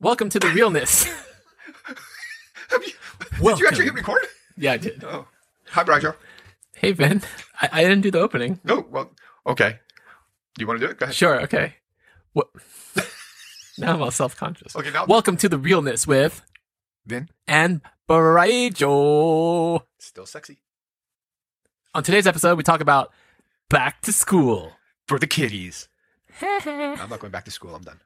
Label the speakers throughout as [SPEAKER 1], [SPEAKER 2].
[SPEAKER 1] Welcome to the realness.
[SPEAKER 2] Have you, did
[SPEAKER 1] Welcome.
[SPEAKER 2] you actually hit record?
[SPEAKER 1] yeah, I did.
[SPEAKER 2] Oh. Hi, Roger.
[SPEAKER 1] Hey, Ben. I, I didn't do the opening.
[SPEAKER 2] No, well, okay. Do you want to do it? Go ahead.
[SPEAKER 1] Sure. Okay. What? now I'm all self-conscious.
[SPEAKER 2] Okay, now-
[SPEAKER 1] Welcome to the realness with
[SPEAKER 2] Then,
[SPEAKER 1] and Baraijo.
[SPEAKER 2] still sexy.
[SPEAKER 1] On today's episode, we talk about back to school.
[SPEAKER 2] For the kiddies.
[SPEAKER 1] That's
[SPEAKER 2] I'm not going back to school. I'm done.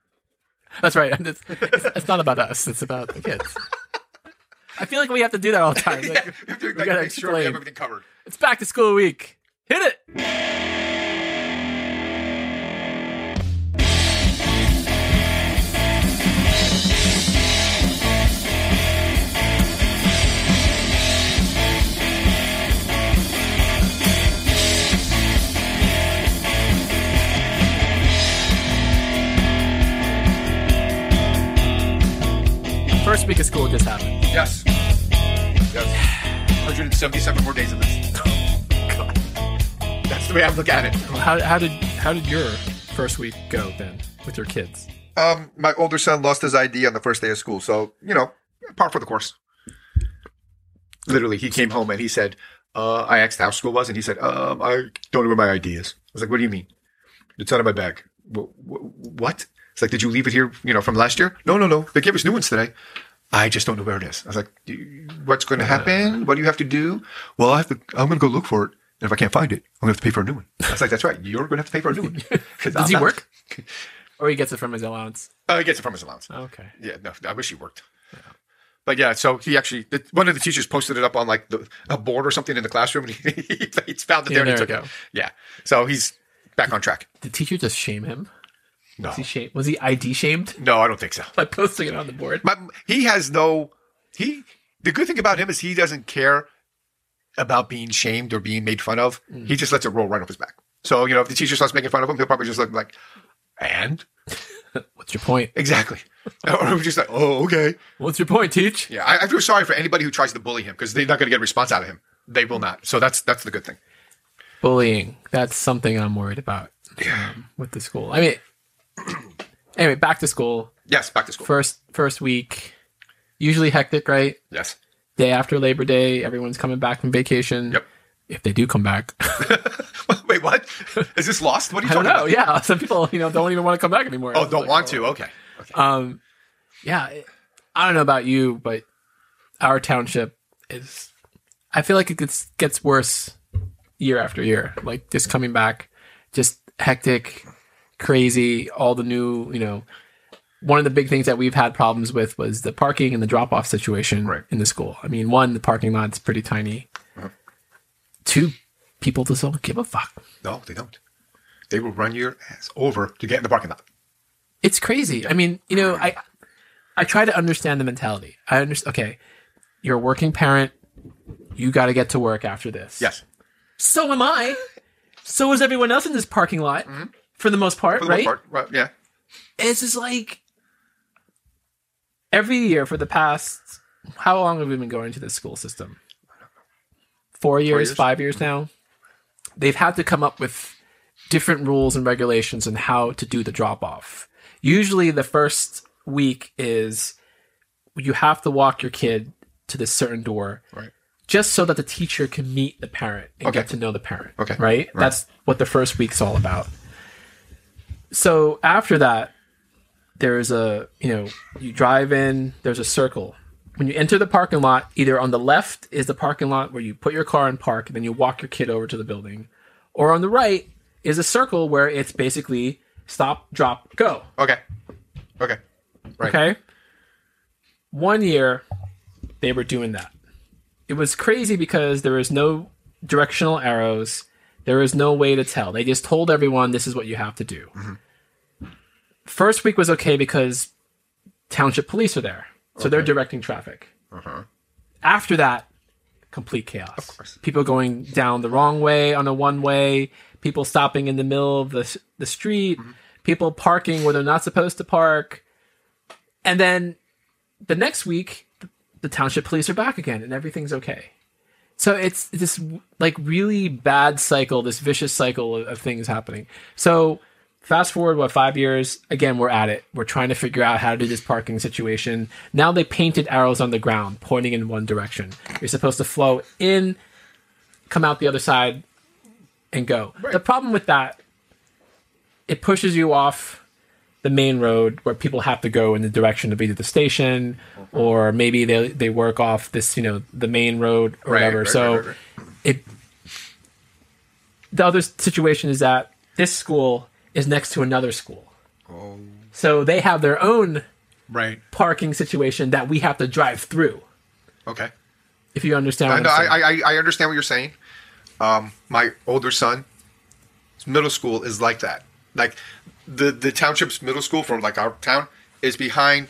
[SPEAKER 1] right. It's, it's, it's not about us. It's about the kids. I feel like we have to do that all the time. Like,
[SPEAKER 2] yeah, we have to like,
[SPEAKER 1] gotta
[SPEAKER 2] make sure we have
[SPEAKER 1] explain.
[SPEAKER 2] everything covered.
[SPEAKER 1] It's back to school week. Hit it. First week of school just happened.
[SPEAKER 2] Yes. Yes. 177 more days of this. That's the way I look at it.
[SPEAKER 1] How, how did how did your first week go then with your kids?
[SPEAKER 2] Um, my older son lost his ID on the first day of school, so you know, par for the course. Literally, he came home and he said, uh, "I asked how school was," and he said, um, "I don't know where my ID is." I was like, "What do you mean? It's out of my bag." "Wh- wh- What? It's like, did you leave it here? You know, from last year? No, no, no. They gave us new ones today. I just don't know where it is. I was like, "Do you- "What's
[SPEAKER 1] Uh.
[SPEAKER 2] going to happen? What do you have to do?" Well, I have to. I'm going to go look for it, and if I can't find it, I'm going to have to pay for a new one. I was like, "That's right. You're going to have to pay for a new one."
[SPEAKER 1] Does he work? Or he gets it from his allowance.
[SPEAKER 2] Uh, he gets it from his allowance.
[SPEAKER 1] Okay.
[SPEAKER 2] Yeah, no, I wish he worked. But yeah, so he actually the, one of the teachers posted it up on like the, a board or something in the classroom, and he, he, found it
[SPEAKER 1] Yeah,
[SPEAKER 2] there. and he
[SPEAKER 1] there
[SPEAKER 2] took
[SPEAKER 1] we
[SPEAKER 2] it.
[SPEAKER 1] go.
[SPEAKER 2] Yeah, so he's back on track.
[SPEAKER 1] Did teacher just shame him?
[SPEAKER 2] No,
[SPEAKER 1] Was he shame? Was he ID shamed
[SPEAKER 2] no, I don't think so.
[SPEAKER 1] by posting it on the board?
[SPEAKER 2] But he has no he. The good thing about him is he doesn't care about being shamed or being made fun of.
[SPEAKER 1] Mm.
[SPEAKER 2] He just lets it roll right off his back. So you know, if the teacher starts making fun of him, he'll probably just look like, and
[SPEAKER 1] What's your point?
[SPEAKER 2] exactly, or just like, oh, okay.
[SPEAKER 1] What's your point, teach?
[SPEAKER 2] Yeah, I, I feel sorry for anybody who tries to bully him because they're not going to get a response out of him. They will not. So that's that's the good thing.
[SPEAKER 1] Bullying. That's something I'm worried about um, with the school. I mean, anyway, back to school.
[SPEAKER 2] Yes, back to school.
[SPEAKER 1] First first week, usually hectic, right?
[SPEAKER 2] yes,
[SPEAKER 1] Day after Labor Day, everyone's coming back from vacation.
[SPEAKER 2] Yep.
[SPEAKER 1] If they do come back,
[SPEAKER 2] Wait, what? Is this lost? What are you
[SPEAKER 1] I don't
[SPEAKER 2] talking
[SPEAKER 1] know.
[SPEAKER 2] about?
[SPEAKER 1] Yeah, some people you know don't even want to come back anymore.
[SPEAKER 2] Oh, don't
[SPEAKER 1] Like,
[SPEAKER 2] want to. Okay. okay.
[SPEAKER 1] Um, yeah, it- I don't know about you, but our township is. I feel like it gets gets worse year after year. Like just coming back, just hectic, crazy. All the new, you know. One of the big things that we've had problems with was the parking and the drop off situation
[SPEAKER 2] Right.
[SPEAKER 1] in the school. I mean, one, the parking lot's pretty tiny. Two, people just don't give a fuck.
[SPEAKER 2] No, they don't. They will run your ass over to get in the parking lot.
[SPEAKER 1] it's crazy. I mean, you know, I I try to understand the mentality. I understand. Okay, you're a working parent. You got to get to work after this.
[SPEAKER 2] Yes.
[SPEAKER 1] So am I. So is everyone else in this parking lot, for the most part,
[SPEAKER 2] Mm-hmm. For the
[SPEAKER 1] right?
[SPEAKER 2] most part. Right, yeah.
[SPEAKER 1] It's just like every year for the past how long have we been going to this school system? Four years,
[SPEAKER 2] years?
[SPEAKER 1] five years now. They've had to come up with different rules and regulations on how to do the drop off. Usually, the first week is you have to walk your kid to this certain door,
[SPEAKER 2] Right.
[SPEAKER 1] Just so that the teacher can meet the parent and
[SPEAKER 2] Okay.
[SPEAKER 1] get to know the parent.
[SPEAKER 2] Okay.
[SPEAKER 1] right? That's what the first week's all about. So after that, there's a you know you drive in there's a circle when you enter the parking lot either on the left is the parking lot where you put your car and park and then you walk your kid over to the building or on the right is a circle where it's basically stop drop go
[SPEAKER 2] Okay. Okay. Right.
[SPEAKER 1] okay one year they were doing that it was crazy because there was no directional arrows there was no way to tell they just told everyone this is what you have to do
[SPEAKER 2] Mm-hmm.
[SPEAKER 1] first week was okay because township police are there so they're directing traffic after that complete chaos of
[SPEAKER 2] Uh-huh. course.
[SPEAKER 1] people going down the wrong way on a one way people stopping in the middle of the, s- the street
[SPEAKER 2] Mm-hmm.
[SPEAKER 1] people parking where they're not supposed to park and then the next week, th- the township police are back again and everything's okay. So it's this like really bad cycle, this vicious cycle of, of things happening. So Fast forward, what, five years? Again, we're at it. We're trying to figure out how to do this parking situation. Now they painted arrows on the ground pointing in one direction. You're supposed to flow in, come out the other side, and go. The problem with that, it pushes you off the main road where people have to go in the direction of either the station
[SPEAKER 2] Mm-hmm.
[SPEAKER 1] or maybe they they work off this, you know, the main road or
[SPEAKER 2] Right,
[SPEAKER 1] whatever.
[SPEAKER 2] right,
[SPEAKER 1] so
[SPEAKER 2] right, right,
[SPEAKER 1] it the other situation is that this school is next to another school. So they have their own
[SPEAKER 2] Oh, Right.
[SPEAKER 1] parking situation that we have to drive through.
[SPEAKER 2] Okay.
[SPEAKER 1] If you understand
[SPEAKER 2] I,
[SPEAKER 1] what
[SPEAKER 2] know,
[SPEAKER 1] I'm saying.
[SPEAKER 2] I, I, I understand what you're saying. Um, my older son, his middle school is like that. Like the the township's middle school from like our town is behind.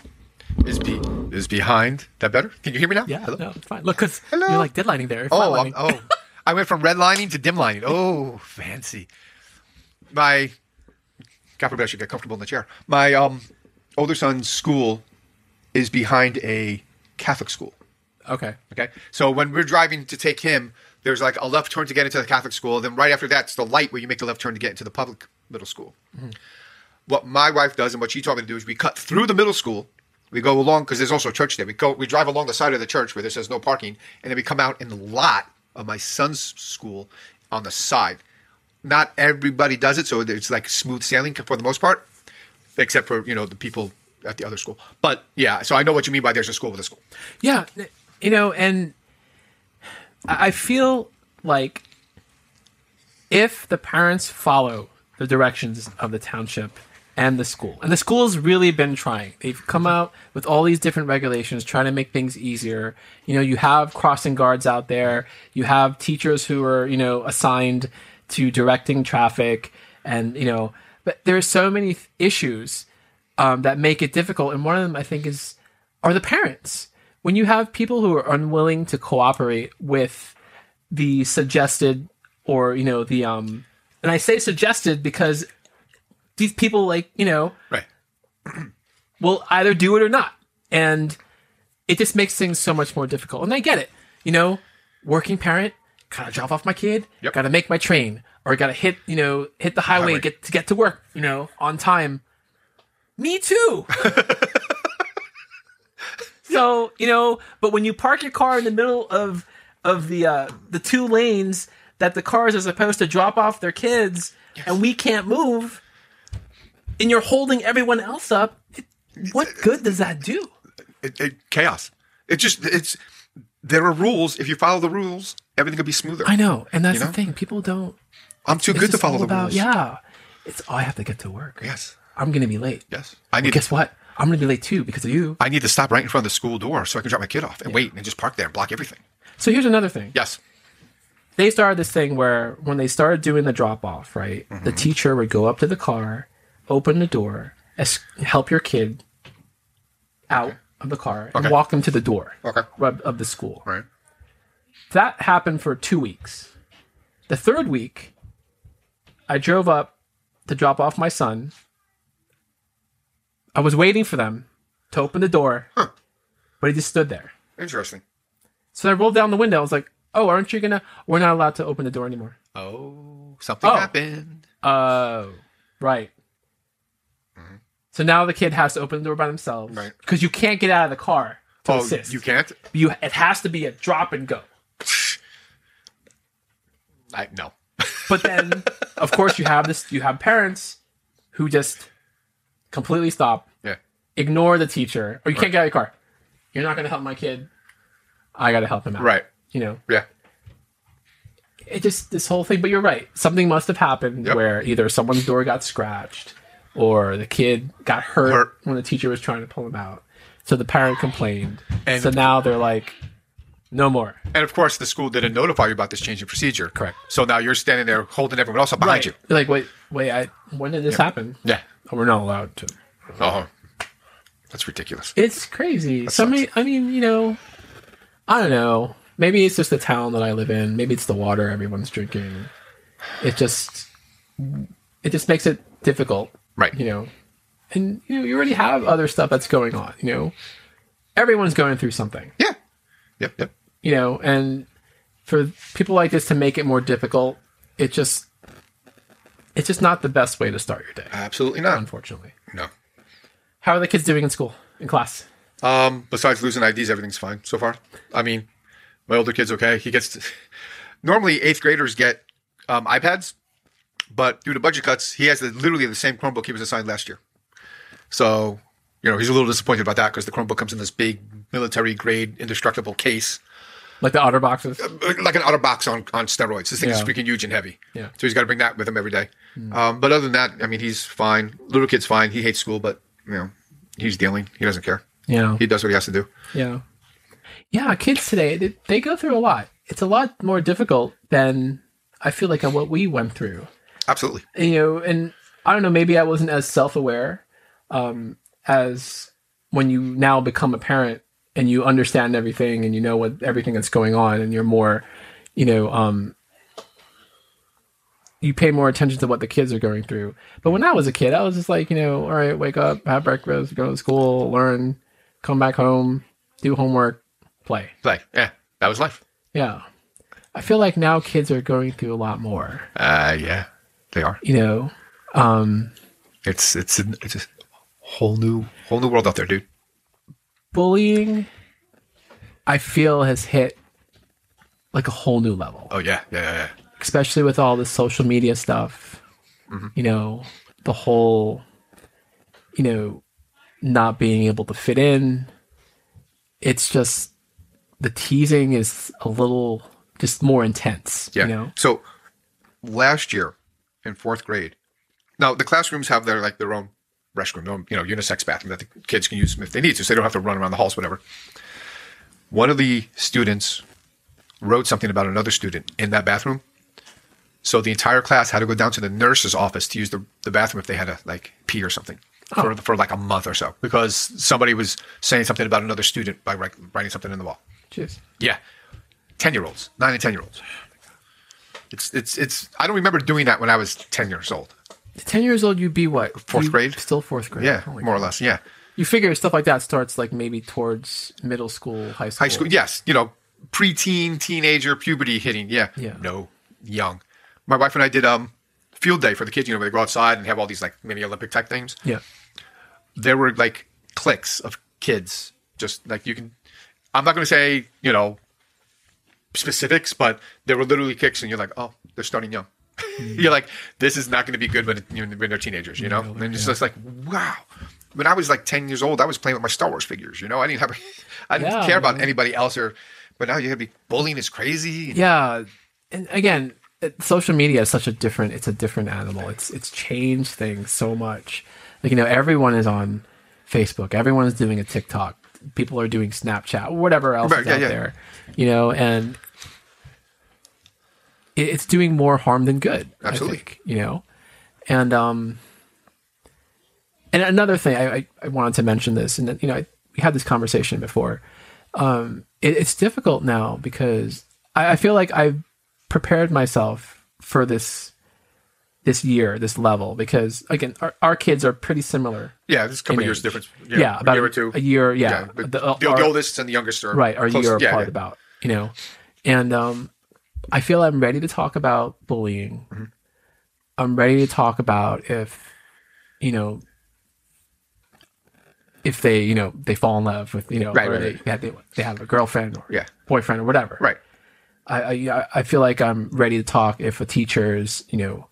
[SPEAKER 2] Is be is behind. That better? Can you hear me now?
[SPEAKER 1] yeah,
[SPEAKER 2] Hello?
[SPEAKER 1] no, it's fine. Look, because you're
[SPEAKER 2] Hello?
[SPEAKER 1] like deadlining there.
[SPEAKER 2] Oh,
[SPEAKER 1] Flatlining.
[SPEAKER 2] I'm, oh, I went from redlining to dimlining. Oh, fancy. My, God forbid I should get comfortable in the chair. My um, older son's school is behind a Catholic school.
[SPEAKER 1] Okay.
[SPEAKER 2] Okay. So when we're driving to take him, there's like a left turn to get into the Catholic school. Then right after that's the light where you make the left turn to get into the public middle school. What my wife does and what she taught me to do is we cut through the middle school. We go along because there's also a church there. We go, we drive along the side of the church where there says no parking, and then we come out in the lot of my son's school on the side. Not everybody does it, so it's like smooth sailing for the most part, except for you know the people at the other school. But yeah, so I know what you mean by there's a school with a school.
[SPEAKER 1] Yeah, you know, and I I feel like if the parents follow the directions of the township and the school, and the school's really been trying, they've come out with all these different regulations trying to make things easier. You know, you have crossing guards out there, you have teachers who are, you know, assigned to directing traffic, and, you know, but there's so many th- issues um, that make it difficult. And one of them, I think, is are the parents. When you have people who are unwilling to cooperate with the suggested, or you know, the um, and I say suggested because these people, like you know,
[SPEAKER 2] Right. Yep.
[SPEAKER 1] gotta make my train, or gotta hit you know hit the highway,
[SPEAKER 2] Highway.
[SPEAKER 1] get to get to work, you know, on time. Me too. so you know, but when you park your car in the middle of of the uh, the two lanes that the cars are supposed to drop off their kids, and we can't move, and you're holding everyone else up. It, what good does that do?
[SPEAKER 2] it, it, chaos. It just it's there are rules. If you follow the rules, everything will be smoother.
[SPEAKER 1] I know, and that's
[SPEAKER 2] You know?
[SPEAKER 1] the thing. People don't.
[SPEAKER 2] I'm too
[SPEAKER 1] it's
[SPEAKER 2] good to
[SPEAKER 1] just
[SPEAKER 2] follow
[SPEAKER 1] all
[SPEAKER 2] the
[SPEAKER 1] about-
[SPEAKER 2] rules.
[SPEAKER 1] Yeah, it's oh, I have to get to work.
[SPEAKER 2] Yes.
[SPEAKER 1] I'm gonna be late.
[SPEAKER 2] Yes. I need
[SPEAKER 1] Guess what? I'm gonna be late too because of you.
[SPEAKER 2] I need to stop right in front of the school door so I can drop my kid off and wait and just park there and block everything.
[SPEAKER 1] So here's another thing.
[SPEAKER 2] Yes.
[SPEAKER 1] they started this thing where when they started doing the drop off, right, the
[SPEAKER 2] Mm-hmm.
[SPEAKER 1] teacher would go up to the car, open the door, es- help your kid out of the car, and
[SPEAKER 2] Okay.
[SPEAKER 1] walk them to the door
[SPEAKER 2] Okay.
[SPEAKER 1] of, of the school.
[SPEAKER 2] Right.
[SPEAKER 1] That happened for two weeks. The third week, I drove up to drop off my son. I was waiting for them to open the door,
[SPEAKER 2] Huh.
[SPEAKER 1] but he just stood there.
[SPEAKER 2] Interesting.
[SPEAKER 1] So I rolled down the window. I was like, "Oh, aren't you gonna? We're not allowed to open the door anymore."
[SPEAKER 2] Oh, something
[SPEAKER 1] Oh.
[SPEAKER 2] happened.
[SPEAKER 1] Oh, right. So now the kid has to open the door by themselves,
[SPEAKER 2] Mm-hmm. Right.
[SPEAKER 1] Because you can't get out of the car to
[SPEAKER 2] Oh,
[SPEAKER 1] assist.
[SPEAKER 2] you can't.
[SPEAKER 1] You, it has to be a drop and go.
[SPEAKER 2] I no.
[SPEAKER 1] But then, of course, you have this. You have parents who just completely stop,
[SPEAKER 2] Yeah.
[SPEAKER 1] ignore the teacher, or you can't get out of your car. You're not going to help my kid. I got to help him out.
[SPEAKER 2] Right.
[SPEAKER 1] You know,
[SPEAKER 2] Yeah.
[SPEAKER 1] it just this whole thing. But you're right. Something must have happened
[SPEAKER 2] Yep.
[SPEAKER 1] where either someone's door got scratched, or the kid got hurt,
[SPEAKER 2] Hurt.
[SPEAKER 1] when the teacher was trying to pull him out. So the parent complained.
[SPEAKER 2] And-
[SPEAKER 1] so now they're like, no more.
[SPEAKER 2] And of course, the school didn't notify you about this change in procedure.
[SPEAKER 1] Correct.
[SPEAKER 2] So now you're standing there holding everyone else up behind you.
[SPEAKER 1] They're like, wait, wait. I, when did this happen?
[SPEAKER 2] Yeah.
[SPEAKER 1] Oh, we're not allowed to.
[SPEAKER 2] Oh, that's ridiculous.
[SPEAKER 1] It's crazy. So many, I mean, you know, I don't know. Maybe it's just the town that I live in. Maybe it's the water everyone's drinking. It just, it just makes it difficult,
[SPEAKER 2] right.
[SPEAKER 1] you know. And you know, you already have other stuff that's going on. You know, everyone's going through something.
[SPEAKER 2] Yeah. Yep. Yep.
[SPEAKER 1] You know, and for people like this to make it more difficult, it just It's just not the best way to start your day,
[SPEAKER 2] Absolutely not.
[SPEAKER 1] unfortunately.
[SPEAKER 2] No.
[SPEAKER 1] How are the kids doing in school, in class?
[SPEAKER 2] Um, besides losing IDs, everything's fine so far. I mean, my older kid's okay. He gets normally eighth graders get um, iPads, but due to budget cuts, he has the, literally the same Chromebook he was assigned last year. So, you know, he's a little disappointed about that because the Chromebook comes in this big military grade indestructible case, uh,
[SPEAKER 1] Like the otter boxes?
[SPEAKER 2] like an outer box on, on steroids. This thing is
[SPEAKER 1] Yeah.
[SPEAKER 2] freaking huge and heavy.
[SPEAKER 1] Yeah. Hmm.
[SPEAKER 2] So he's got to bring that with him every day. Um, but other than that, I mean, he's fine. Little kid's fine. He hates school, but, you know, he's dealing. He doesn't care.
[SPEAKER 1] Yeah.
[SPEAKER 2] He does what he has to do.
[SPEAKER 1] Yeah. Yeah, kids today, they, they go through a lot. It's a lot more difficult than I feel like what we went through.
[SPEAKER 2] Absolutely.
[SPEAKER 1] You know, and I don't know, maybe I wasn't as self aware um, as when you now become a parent and you understand everything and you know what everything that's going on and you're more, you know, um, you pay more attention to what the kids are going through. But when I was a kid, I was just like, you know, all right, wake up, have breakfast, go to school, learn, come back home, do homework, play.
[SPEAKER 2] Like, yeah, that was life.
[SPEAKER 1] Yeah. I feel like now kids are going through a lot more,
[SPEAKER 2] Uh, yeah, they are.
[SPEAKER 1] you know. Um
[SPEAKER 2] It's it's an- it's a whole new whole new world out there, dude.
[SPEAKER 1] bullying I feel has hit like a whole new level,
[SPEAKER 2] Oh yeah, yeah, yeah. yeah.
[SPEAKER 1] especially with all the social media stuff.
[SPEAKER 2] Mm-hmm.
[SPEAKER 1] You know, the whole you know, not being able to fit in. It's just the teasing is a little just more intense,
[SPEAKER 2] Yeah.
[SPEAKER 1] you know.
[SPEAKER 2] So last year in fourth grade, now the classrooms have their like their own restroom, their own, you know, unisex bathroom that the kids can use if they need to, so they don't have to run around the halls, whatever. One of the students wrote something about another student in that bathroom. So the entire class had to go down to the nurse's office to use the, the bathroom if they had to like pee or something for, for like a month or so because somebody was saying something about another student by wri- writing something in the wall.
[SPEAKER 1] Just
[SPEAKER 2] Yeah, ten year olds, nine and ten year olds. It's it's it's. I don't remember doing that when I was ten years old.
[SPEAKER 1] 10 years old you'd be what?
[SPEAKER 2] Fourth
[SPEAKER 1] You-
[SPEAKER 2] grade?
[SPEAKER 1] Still 4th grade.
[SPEAKER 2] Yeah,
[SPEAKER 1] Oh my
[SPEAKER 2] more or less. Yeah,
[SPEAKER 1] You figure stuff like that starts like maybe towards middle school, high school.
[SPEAKER 2] high school. Yes, you know, preteen, teenager, puberty hitting. Yeah,
[SPEAKER 1] Yeah.
[SPEAKER 2] No, young. My wife and I did um field day for the kids. You know, where they go outside and have all these like mini Olympic type things.
[SPEAKER 1] Yeah.
[SPEAKER 2] there were like cliques of kids. Just like you can, I'm not going to say you know specifics, but there were literally kicks, and you're like, oh, they're starting young. you're like, this is not going to be good when, you know, when they're teenagers, you know. and it's just like, wow. When I was like 10 years old, I was playing with my Star Wars figures, you know. I didn't have, I didn't
[SPEAKER 1] Yeah,
[SPEAKER 2] care about
[SPEAKER 1] man.
[SPEAKER 2] anybody else, or. But now you're gonna be bullying is crazy.
[SPEAKER 1] Yeah. And again, it- social media is such a different it's a different animal. It's it's changed things so much. Like you know, everyone is on Facebook. Everyone is doing a TikTok. People are doing Snapchat, whatever else
[SPEAKER 2] Right,
[SPEAKER 1] is
[SPEAKER 2] yeah,
[SPEAKER 1] out
[SPEAKER 2] yeah.
[SPEAKER 1] there. You know, and it, it's doing more harm than good. I
[SPEAKER 2] Absolutely.
[SPEAKER 1] think, you know. And um and another thing I, I, I wanted to mention this and you know I, we had this conversation before um, it, it's difficult now because I, I feel like I've prepared myself for this this year, this level, because again, our, our kids are pretty similar.
[SPEAKER 2] Yeah, there's a couple
[SPEAKER 1] In
[SPEAKER 2] years
[SPEAKER 1] age.
[SPEAKER 2] difference.
[SPEAKER 1] Yeah, about
[SPEAKER 2] a year
[SPEAKER 1] a,
[SPEAKER 2] or two.
[SPEAKER 1] a year. Yeah,
[SPEAKER 2] yeah, but
[SPEAKER 1] The-
[SPEAKER 2] the,
[SPEAKER 1] uh,
[SPEAKER 2] the
[SPEAKER 1] our-
[SPEAKER 2] oldest and the youngest are
[SPEAKER 1] right, are a
[SPEAKER 2] close-
[SPEAKER 1] year
[SPEAKER 2] yeah,
[SPEAKER 1] apart.
[SPEAKER 2] yeah.
[SPEAKER 1] About you know, and um, I feel I'm ready to talk about bullying.
[SPEAKER 2] Mm-hmm.
[SPEAKER 1] I'm ready to talk about if you know if they you know they fall in love with you know
[SPEAKER 2] Right,
[SPEAKER 1] or
[SPEAKER 2] right,
[SPEAKER 1] they,
[SPEAKER 2] right.
[SPEAKER 1] That they they have a girlfriend or
[SPEAKER 2] Yeah.
[SPEAKER 1] boyfriend or whatever
[SPEAKER 2] Right.
[SPEAKER 1] I, I yeah, I feel like I'm ready to talk if a teacher's you know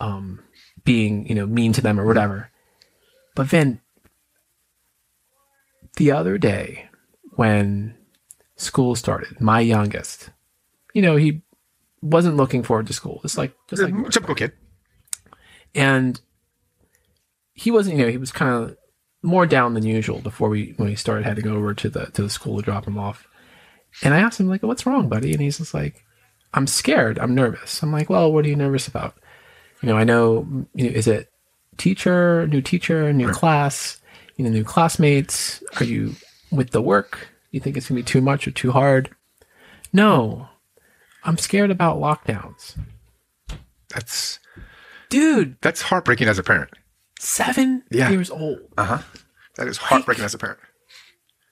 [SPEAKER 1] um being you know mean to them or whatever. But then the other day when school started, my youngest, you know, he wasn't looking forward to school. It's like just like
[SPEAKER 2] Typical kid.
[SPEAKER 1] and he wasn't you know he was kind of more down than usual before we when we started heading over to the to the school to drop him off and i asked him like what's wrong buddy and he's just like i'm scared i'm nervous i'm like well what are you nervous about you know i know you know, is it teacher new teacher new class you know new classmates are you with the work you think it's going to be too much or too hard no i'm scared about lockdowns
[SPEAKER 2] That's
[SPEAKER 1] dude
[SPEAKER 2] that's heartbreaking as a parent.
[SPEAKER 1] seven
[SPEAKER 2] Yeah.
[SPEAKER 1] years old
[SPEAKER 2] That is heartbreaking as a parent.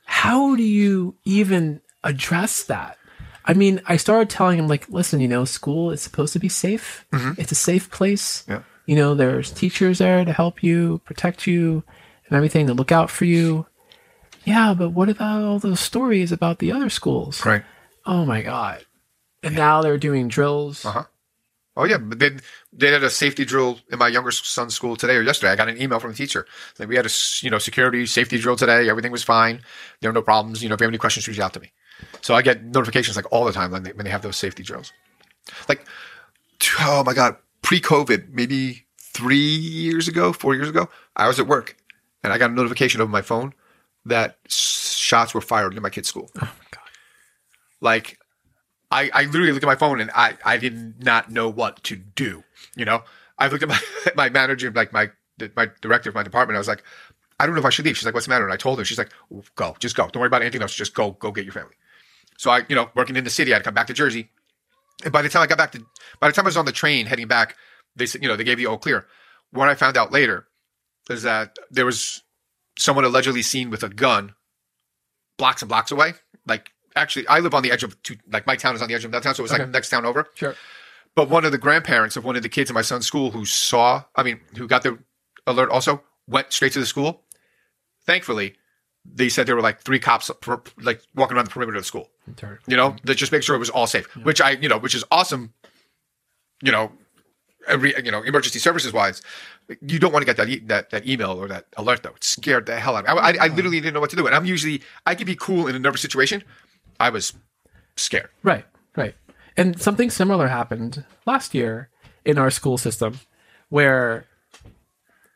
[SPEAKER 1] how do you even address that? I mean, I started telling him like, listen, you know, school is supposed to be safe. It's a safe place.
[SPEAKER 2] Mm-hmm. Yeah.
[SPEAKER 1] you know, there's teachers there to help you, protect you, and everything to look out for you. Yeah, but what about all those stories about the other schools?
[SPEAKER 2] Right.
[SPEAKER 1] Oh my god! And now they're doing drills.
[SPEAKER 2] Uh-huh. Oh yeah, but they they had a safety drill in my younger son's school today or yesterday. I got an email from the teacher like we had a s- you know security safety drill today. Everything was fine. There were no problems. You know, if you have any questions, reach out to me. So I get notifications like all the time when they when they have those safety drills. Like, t- oh my god, pre-COVID, maybe three years ago, four years ago, I was at work and I got a notification over my phone that s- shots were fired in my kid's school.
[SPEAKER 1] Oh my god!
[SPEAKER 2] Like, I, I literally looked at my phone and I, I did not know what to do. You know, I looked at my, my manager, like my, my director of my department. I was like, I don't know if I should leave. She's like, what's the matter? And I told her, she's like, go, just go. Don't worry about anything else. Just go, go get your family. So I, you know, working in the city, I'd come back to Jersey. And by the time I got back to, by the time I was on the train heading back, they said, you know, they gave the all clear. What I found out later is that there was someone allegedly seen with a gun blocks and blocks away. Like, actually, I live on the edge of, two, like, my town is on the edge of that town. So it was
[SPEAKER 1] Okay.
[SPEAKER 2] like next town over.
[SPEAKER 1] Sure.
[SPEAKER 2] But one of the grandparents of one of the kids in my son's school who saw, I mean, who got the alert also went straight to the school. Thankfully, they said there were like three cops per, like walking around the perimeter of the school, you know, that just make sure it was all safe, which I, you know, which is awesome, you know, every, you know, emergency services wise. You don't want to get that, e- that that email or that alert though. It scared the hell out of me. I, I, I literally didn't know what to do. And I'm usually, I could be cool in a nervous situation. I was scared.
[SPEAKER 1] Right, right. And something similar happened last year in our school system where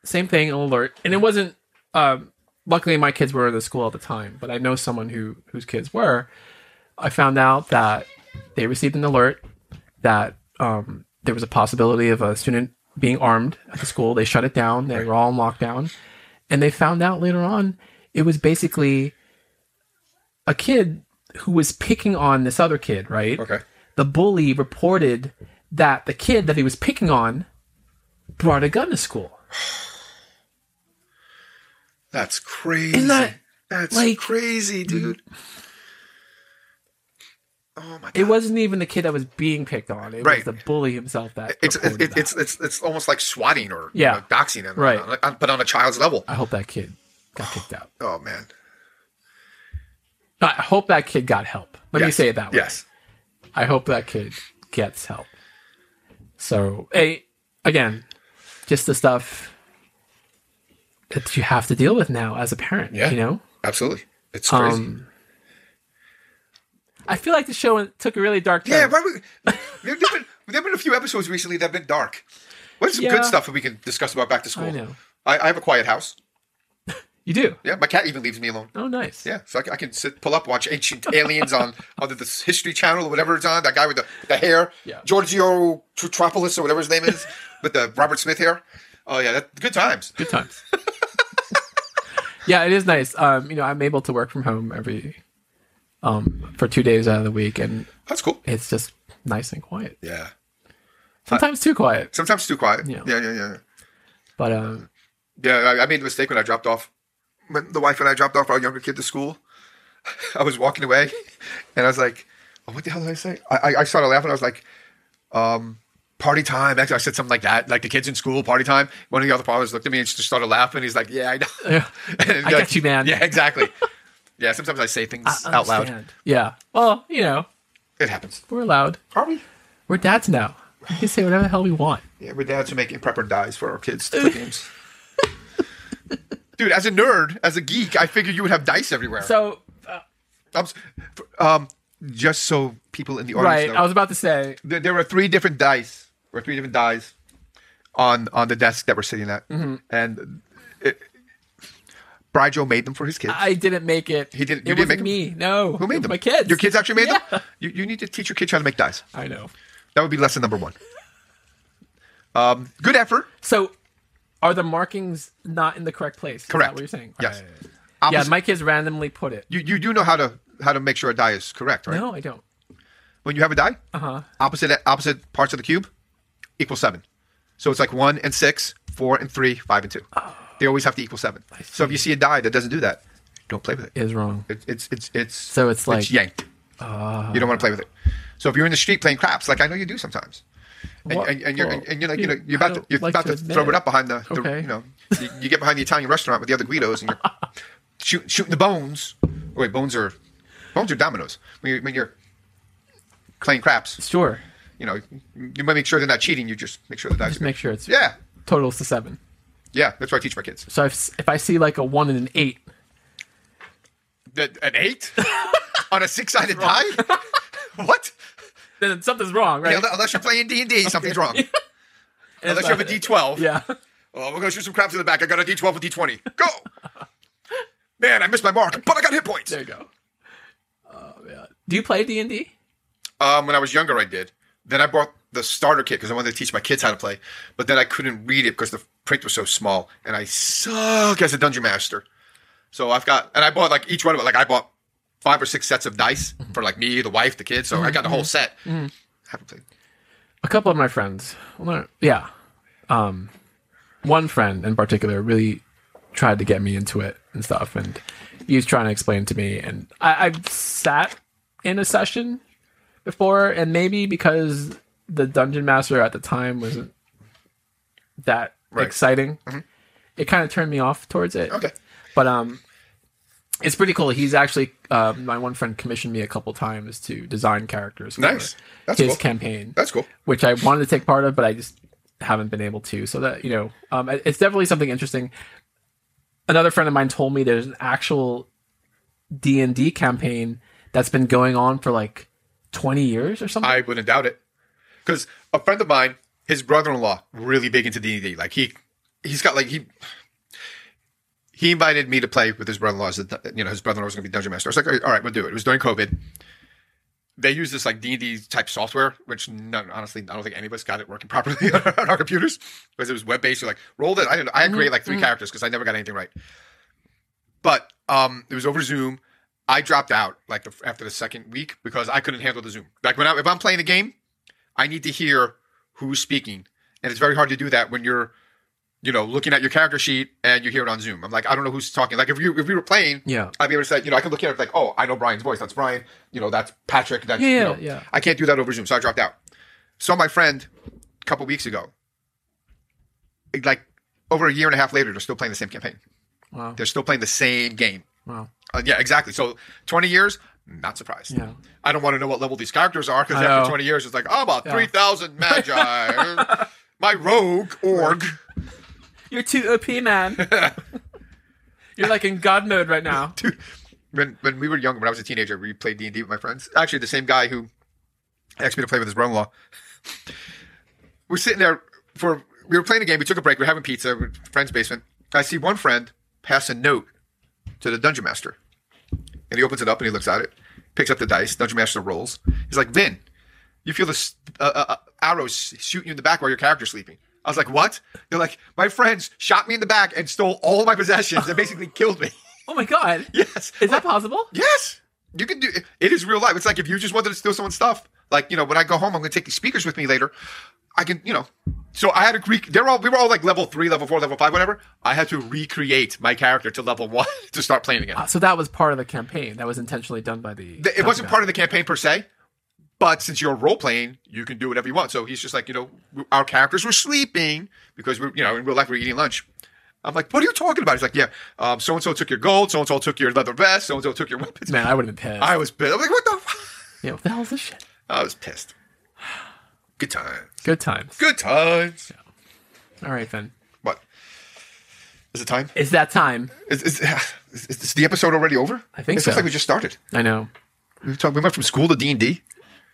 [SPEAKER 1] same thing, an alert. And it wasn't um luckily my kids were in the school at the time, but I know someone who whose kids were. I found out that they received an alert that um, there was a possibility of a student being armed at the school. They shut it down. They were all in lockdown. And they found out later on it was basically a kid who was picking on this other kid, right? The bully reported that the kid that he was picking on brought a gun to school.
[SPEAKER 2] That's crazy.
[SPEAKER 1] Isn't that,
[SPEAKER 2] That's
[SPEAKER 1] like-
[SPEAKER 2] crazy, dude. Oh my god!
[SPEAKER 1] It wasn't even the kid that was being picked on. It
[SPEAKER 2] Right.
[SPEAKER 1] was the bully himself that.
[SPEAKER 2] it's it's
[SPEAKER 1] reported that.
[SPEAKER 2] it's, it's it's almost like swatting or you
[SPEAKER 1] Yeah.
[SPEAKER 2] know, doxing, and,
[SPEAKER 1] Right.
[SPEAKER 2] on- on- but on a child's level.
[SPEAKER 1] I hope that kid got kicked out.
[SPEAKER 2] Oh man!
[SPEAKER 1] I hope that kid got help. Let me
[SPEAKER 2] Yes.
[SPEAKER 1] say it that way.
[SPEAKER 2] Yes.
[SPEAKER 1] I hope that kid gets help. So, a again, just the stuff that you have to deal with now as a parent.
[SPEAKER 2] Yeah.
[SPEAKER 1] You know,
[SPEAKER 2] Absolutely. It's crazy.
[SPEAKER 1] um, I feel like the show took a really dark turn.
[SPEAKER 2] yeah. Why we, there, have been, there have been a few episodes recently that have been dark. What's some
[SPEAKER 1] Yeah.
[SPEAKER 2] good stuff that we can discuss about back to school?
[SPEAKER 1] I know.
[SPEAKER 2] I, I have a quiet house.
[SPEAKER 1] You do.
[SPEAKER 2] Yeah, my cat even leaves me alone.
[SPEAKER 1] Oh, nice.
[SPEAKER 2] Yeah, so I, c- I can sit, pull up, watch Ancient Aliens on on the this History Channel or whatever it's on. That guy with the, the hair,
[SPEAKER 1] Yeah.
[SPEAKER 2] Giorgio Trotropolis or whatever his name is, with the Robert Smith hair. Oh yeah, that, good times.
[SPEAKER 1] good times. yeah, it is nice. Um, you know, I'm able to work from home every um for two days out of the week, and
[SPEAKER 2] That's cool.
[SPEAKER 1] it's just nice and quiet.
[SPEAKER 2] Yeah.
[SPEAKER 1] Sometimes too quiet,
[SPEAKER 2] Sometimes too quiet.
[SPEAKER 1] Yeah.
[SPEAKER 2] Yeah, yeah, yeah. Yeah,
[SPEAKER 1] but um,
[SPEAKER 2] I, I made the mistake when I dropped off when the wife and I dropped off our younger kid to school. I was walking away, and I was like, oh, "What the hell did I say?" I, I, I started laughing. I was like, um, "Party time!" Actually, I said something like that. Like the kids in school, party time. One of the other fathers looked at me and just started laughing. He's like, "Yeah, I know."
[SPEAKER 1] yeah,
[SPEAKER 2] And
[SPEAKER 1] I
[SPEAKER 2] like-
[SPEAKER 1] got you, man.
[SPEAKER 2] Yeah, exactly. yeah, sometimes I say things
[SPEAKER 1] I
[SPEAKER 2] out loud.
[SPEAKER 1] understand. Yeah. Well, you know,
[SPEAKER 2] It happens.
[SPEAKER 1] we're allowed.
[SPEAKER 2] Are we?
[SPEAKER 1] We're dads now. We can say whatever the hell we want.
[SPEAKER 2] Yeah, we're dads who make improper dies for our kids to play games. Dude, as a nerd, as a geek, I figured you would have dice everywhere.
[SPEAKER 1] So, uh,
[SPEAKER 2] I'm s- f- um, just so people in the audience
[SPEAKER 1] right,
[SPEAKER 2] know,
[SPEAKER 1] I was about to say.
[SPEAKER 2] there, there were three different dice, or three different dies, on on the desk that we're sitting at,
[SPEAKER 1] Mm-hmm.
[SPEAKER 2] and it, Bryjo made them for his kids.
[SPEAKER 1] I didn't make it.
[SPEAKER 2] He didn't-
[SPEAKER 1] It
[SPEAKER 2] you didn't
[SPEAKER 1] wasn't
[SPEAKER 2] make them?
[SPEAKER 1] me. No.
[SPEAKER 2] Who made them?
[SPEAKER 1] My kids.
[SPEAKER 2] Your kids actually made
[SPEAKER 1] Yeah.
[SPEAKER 2] them. You, you need to teach your kids how to make dice.
[SPEAKER 1] I know.
[SPEAKER 2] That would be lesson number one. Um, good effort.
[SPEAKER 1] So, are the markings not in the correct place? Is that
[SPEAKER 2] Correct.
[SPEAKER 1] what you're saying?
[SPEAKER 2] Yes.
[SPEAKER 1] Alright. Yeah,
[SPEAKER 2] Opposite-
[SPEAKER 1] my kids randomly put it.
[SPEAKER 2] you, you do know how to how to make sure a die is correct, right?
[SPEAKER 1] No, I don't.
[SPEAKER 2] When you have a die,
[SPEAKER 1] Uh-huh.
[SPEAKER 2] opposite opposite parts of the cube equal seven. So it's like one and six, four and three, five and two. They always have to equal seven. So if you see a die that doesn't do that, don't play with it.
[SPEAKER 1] Is wrong.
[SPEAKER 2] It, it's it's it's
[SPEAKER 1] So it's like-
[SPEAKER 2] yanked. you don't want to play with it. So if you're in the street playing craps, like I know you do sometimes, and,
[SPEAKER 1] What-
[SPEAKER 2] and, and you're
[SPEAKER 1] well,
[SPEAKER 2] and, and you're like
[SPEAKER 1] you
[SPEAKER 2] you know
[SPEAKER 1] know,
[SPEAKER 2] you're
[SPEAKER 1] I
[SPEAKER 2] about to,
[SPEAKER 1] don't
[SPEAKER 2] you're
[SPEAKER 1] like
[SPEAKER 2] about
[SPEAKER 1] to
[SPEAKER 2] to,
[SPEAKER 1] admit
[SPEAKER 2] throw it
[SPEAKER 1] it.
[SPEAKER 2] up behind the, the
[SPEAKER 1] Okay.
[SPEAKER 2] you know you, you get behind the Italian restaurant with the other Guidos and you're shooting shooting the bones. Oh, wait, bones are bones are dominoes. When you're, when you're playing craps,
[SPEAKER 1] Sure.
[SPEAKER 2] you know you might make sure they're not cheating. You just make sure the dice.
[SPEAKER 1] Just
[SPEAKER 2] Are good.
[SPEAKER 1] make sure it's
[SPEAKER 2] Yeah,
[SPEAKER 1] totals to seven.
[SPEAKER 2] yeah, that's what I teach my kids.
[SPEAKER 1] So if, if I see like a one and an eight,
[SPEAKER 2] That- An eight on a six-sided die? what?
[SPEAKER 1] then something's wrong, right?
[SPEAKER 2] Yeah, unless you're playing D and D, something's wrong.
[SPEAKER 1] And
[SPEAKER 2] Unless
[SPEAKER 1] it's
[SPEAKER 2] you have a
[SPEAKER 1] like-
[SPEAKER 2] D twelve.
[SPEAKER 1] Yeah.
[SPEAKER 2] Oh, we're gonna shoot some craps in the back. I got a D twelve with D twenty. Go. Man, I missed my mark, but I got hit points.
[SPEAKER 1] There you go. Oh man. Do you play D and D?
[SPEAKER 2] Um, when I was younger, I did. Then I bought the starter kit because I wanted to teach my kids how to play. But then I couldn't read it because the print was so small, and I suck as a dungeon master. So I've got, and I bought like each one of it. Like I bought five or six sets of dice
[SPEAKER 1] Mm-hmm.
[SPEAKER 2] for like me, the wife, the kids. So I got the whole set. Haven't played.
[SPEAKER 1] a couple of my friends well, not- yeah um one friend in particular really tried to get me into it and stuff and he was trying to explain to me and I, i've sat in a session before and maybe because the dungeon master at the time wasn't that
[SPEAKER 2] Right. Mm-hmm.
[SPEAKER 1] exciting it kind of turned me off towards it
[SPEAKER 2] Okay.
[SPEAKER 1] but um it's pretty cool he's actually uh, my one friend commissioned me a couple times to design characters for
[SPEAKER 2] Nice. That's
[SPEAKER 1] his
[SPEAKER 2] cool.
[SPEAKER 1] campaign
[SPEAKER 2] That's cool.
[SPEAKER 1] which I wanted to take part of, but I just haven't been able to. So that you know, um, it- it's definitely something interesting. Another friend of mine told me there's an actual D and D campaign that's been going on for like 20 years or something.
[SPEAKER 2] I wouldn't doubt it. Because a friend of mine, his brother-in-law, really big into D and D. Like he, he's got like he. He invited me to play with his brother-in-law. as a- You know, his brother-in-law was going to be dungeon master. I was like, all right, we'll do it. It was during COVID. They use this like D and D type software, which none, honestly, I don't think any of us got it working properly on our computers because it was web-based. You're like, roll it. I didn't. I had to create like 3 characters because I never got anything right. But um, it was over Zoom. I dropped out like the, after the second week because I couldn't handle the Zoom. Like when I, if I'm playing a game, I need to hear who's speaking, and it's very hard to do that when you're, you know, looking at your character sheet and you hear it on Zoom. I'm like, I don't know who's talking. Like if you if we were playing,
[SPEAKER 1] Yeah.
[SPEAKER 2] I'd be able to say, you know, I can look at it like, oh, I know Brian's voice. That's Brian. You know, that's Patrick. That's
[SPEAKER 1] Yeah,
[SPEAKER 2] you
[SPEAKER 1] yeah,
[SPEAKER 2] know,
[SPEAKER 1] yeah.
[SPEAKER 2] I can't do that over Zoom, so I dropped out. So my friend, a couple weeks ago, like over a year and a half later, they're still playing the same campaign.
[SPEAKER 1] wow,
[SPEAKER 2] They're still playing the same game.
[SPEAKER 1] wow,
[SPEAKER 2] Uh, yeah, exactly. So 20 years, not surprised.
[SPEAKER 1] Yeah.
[SPEAKER 2] I don't want to know what level these characters are because
[SPEAKER 1] I
[SPEAKER 2] after
[SPEAKER 1] know.
[SPEAKER 2] 20 years, it's like, oh, about
[SPEAKER 1] Yeah.
[SPEAKER 2] 3,000 magi. My rogue org.
[SPEAKER 1] you're too OP, man. you're like in God mode right now.
[SPEAKER 2] Dude, when, when we were younger, when I was a teenager, we played D&D with my friends. Actually, the same guy who asked me to play with his brother-in-law. We're sitting there for, we were playing a game. We took a break. We were having pizza. we were in a friend's basement. I see one friend pass a note to the dungeon master. And he opens it up and he looks at it, picks up the dice. Dungeon master rolls. He's like, Vin, you feel the s- uh, uh, uh, arrows shooting you in the back while your character's sleeping. I was like, what? They're like, my friends shot me in the back and stole all my possessions and basically killed me.
[SPEAKER 1] Oh my God,
[SPEAKER 2] yes.
[SPEAKER 1] is that possible?
[SPEAKER 2] Yes, you can do. It is real life. It's like if you just wanted to steal someone's stuff. Like you know, when I go home, I'm going to take these speakers with me later. I can, you know. So I had to Greek. They're all we were all like level three, level four, level five, whatever. I had to recreate my character to level one to start playing again.
[SPEAKER 1] Uh, So that was part of the campaign. That was intentionally done by the.
[SPEAKER 2] Th- It wasn't part of the campaign per se, but since you're role playing, you can do whatever you want. So he's just like, you know, w- our characters were sleeping because we're, you know, in real life we're eating lunch. I'm like, what are you talking about? He's like, yeah, um, so and so took your gold, so and so took your leather vest, so and so took your weapons.
[SPEAKER 1] Man, I would have been pissed.
[SPEAKER 2] I was pissed. I'm like, what the? Fuck?
[SPEAKER 1] yeah, what the hell is this shit?
[SPEAKER 2] I was pissed. Good times.
[SPEAKER 1] Good times.
[SPEAKER 2] Good times.
[SPEAKER 1] All right, Finn.
[SPEAKER 2] What? Is it time?
[SPEAKER 1] It's that time.
[SPEAKER 2] Is, is, is, is the episode already over?
[SPEAKER 1] I think
[SPEAKER 2] it feels
[SPEAKER 1] so.
[SPEAKER 2] like we just started.
[SPEAKER 1] I know.
[SPEAKER 2] We, talked, we went from school to D and D.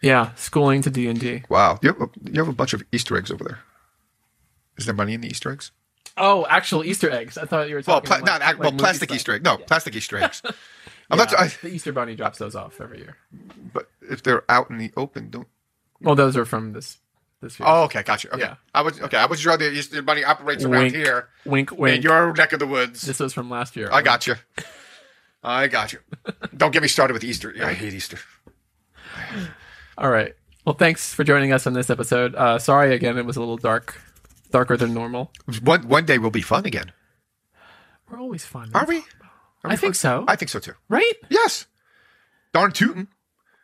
[SPEAKER 1] Yeah, schooling to D and D.
[SPEAKER 2] Wow, you have, a, you have a bunch of Easter eggs over there. Is there money in the Easter eggs?
[SPEAKER 1] Oh, actual Easter eggs. I thought you were
[SPEAKER 2] Well,
[SPEAKER 1] talking
[SPEAKER 2] pla-
[SPEAKER 1] like,
[SPEAKER 2] not
[SPEAKER 1] like
[SPEAKER 2] act- well,
[SPEAKER 1] movie
[SPEAKER 2] plastic
[SPEAKER 1] stuff.
[SPEAKER 2] Easter egg. No, plastic Easter eggs. I'm not.
[SPEAKER 1] Yeah,
[SPEAKER 2] I,
[SPEAKER 1] the Easter Bunny drops those off every year.
[SPEAKER 2] but if they're out in the open, don't.
[SPEAKER 1] Well, those are from this this year.
[SPEAKER 2] Oh, okay, gotcha. Okay,
[SPEAKER 1] Yeah.
[SPEAKER 2] I was okay. I was sure the Easter bunny operates around
[SPEAKER 1] Wink.
[SPEAKER 2] here
[SPEAKER 1] wink,
[SPEAKER 2] in
[SPEAKER 1] wink.
[SPEAKER 2] your neck of the woods.
[SPEAKER 1] This was from last year.
[SPEAKER 2] I got you. I got you. Don't get me started with Easter. I hate Easter.
[SPEAKER 1] All right. Well, thanks for joining us on this episode. Uh, sorry again, it was a little dark, darker than normal.
[SPEAKER 2] One one day will be fun again.
[SPEAKER 1] We're always fun.
[SPEAKER 2] Are we?
[SPEAKER 1] I think so.
[SPEAKER 2] I think so too.
[SPEAKER 1] right?
[SPEAKER 2] Yes. Darn tootin'.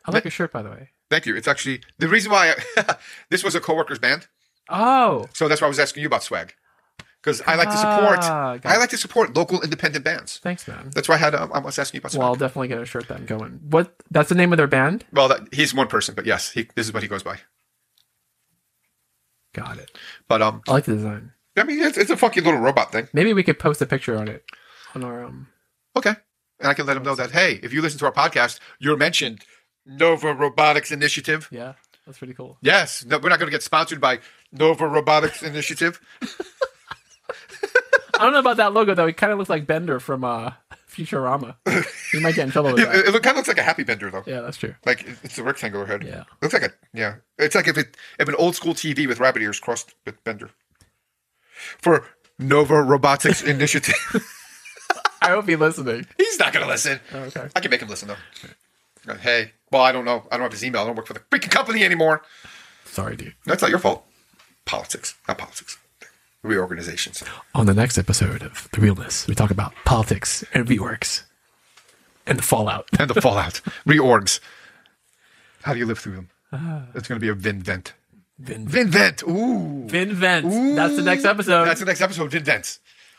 [SPEAKER 1] I like your shirt, by the way.
[SPEAKER 2] Thank you. It's actually the reason why I, this was a coworker's band.
[SPEAKER 1] Oh,
[SPEAKER 2] So that's why I was asking you about swag. Because I like to support,
[SPEAKER 1] Ah, got
[SPEAKER 2] I
[SPEAKER 1] it.
[SPEAKER 2] like to support local independent bands.
[SPEAKER 1] thanks, man.
[SPEAKER 2] That's why I had, um, I was asking you about swag.
[SPEAKER 1] Well, I'll definitely get a shirt then going. What? That's the name of their band.
[SPEAKER 2] Well, that, he's one person, but yes, he, this is what he goes by.
[SPEAKER 1] Got it.
[SPEAKER 2] But um,
[SPEAKER 1] I like the design.
[SPEAKER 2] I mean, it's, it's a funky little robot thing.
[SPEAKER 1] Maybe we could post a picture on it on our um.
[SPEAKER 2] Okay, and I can let him know that hey, if you listen to our podcast, you're mentioned Nova Robotics Initiative.
[SPEAKER 1] Yeah, that's pretty cool.
[SPEAKER 2] Yes, no, we're not going to get sponsored by Nova Robotics Initiative.
[SPEAKER 1] I don't know about that logo though. It kind of looks like Bender from uh Futurama. you might get in trouble with that.
[SPEAKER 2] It, it kind of looks like a Happy Bender though.
[SPEAKER 1] Yeah, that's true.
[SPEAKER 2] Like it- it's a rectangular head.
[SPEAKER 1] Yeah.
[SPEAKER 2] looks like a yeah. It's like if it if an old school TV with rabbit ears crossed with Bender. For Nova Robotics Initiative,
[SPEAKER 1] I hope he's listening.
[SPEAKER 2] he's not going to listen.
[SPEAKER 1] Oh, okay.
[SPEAKER 2] I can make him listen though. Uh, Hey, well, I don't know. I don't have his email. I don't work for the freaking company anymore.
[SPEAKER 1] Sorry, dude.
[SPEAKER 2] That's not your fault. Politics, not politics. Reorganizations.
[SPEAKER 1] On the next episode of The Realness, we talk about politics and reworks and the fallout.
[SPEAKER 2] And the fallout. Reorgs. How do you live through them?
[SPEAKER 1] Ah.
[SPEAKER 2] It's going to be a Vin Vent.
[SPEAKER 1] Vin,
[SPEAKER 2] Vin Vent. Ooh.
[SPEAKER 1] Vin Vent. That's the next episode.
[SPEAKER 2] That's the next episode. Vin Vents.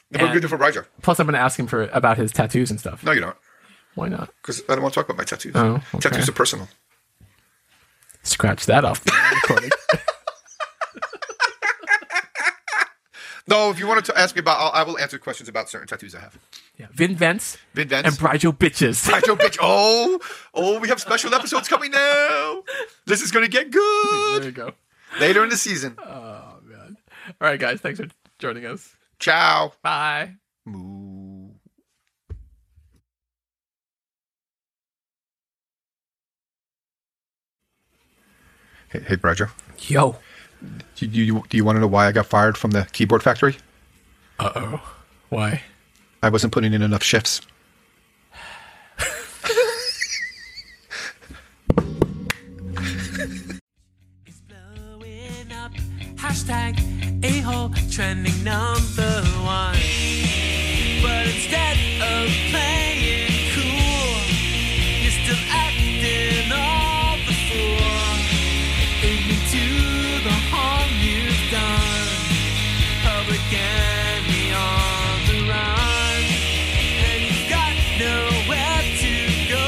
[SPEAKER 2] Then we're
[SPEAKER 1] And-
[SPEAKER 2] good for Roger.
[SPEAKER 1] Plus, I'm going to ask him for about his tattoos and stuff.
[SPEAKER 2] No, you don't.
[SPEAKER 1] Why not?
[SPEAKER 2] Because I don't want to talk about my tattoos.
[SPEAKER 1] Oh, okay.
[SPEAKER 2] Tattoos are personal.
[SPEAKER 1] Scratch that off. the recording.
[SPEAKER 2] No, if you wanted to ask me about, I'll, I will answer questions about certain tattoos I have.
[SPEAKER 1] yeah. Vin Vents
[SPEAKER 2] Vin Vents.
[SPEAKER 1] and Bridal Bitches.
[SPEAKER 2] Sideshow bitch. Oh, oh, we have special episodes coming now. This is going to get
[SPEAKER 1] there
[SPEAKER 2] good
[SPEAKER 1] you go. All
[SPEAKER 2] later in the season.
[SPEAKER 1] right, guys. Thanks for joining us.
[SPEAKER 2] Ciao.
[SPEAKER 1] Bye.
[SPEAKER 2] Moo. Hey, hey Brajo.
[SPEAKER 1] Yo.
[SPEAKER 2] Do you, you- do you want to know why I got fired from the keyboard factory?
[SPEAKER 1] Uh oh. Why?
[SPEAKER 2] I wasn't putting in enough shifts.
[SPEAKER 3] It's blowing up. Hashtag a hole trending number one. But instead of playing cool, you're still acting all the fool. Ignorant to the harm you've done. Public enemy on the run. And you've got nowhere to go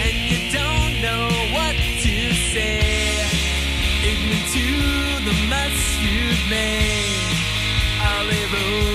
[SPEAKER 3] and you don't know what to say. Ignorant to the mess you've made. I'll erode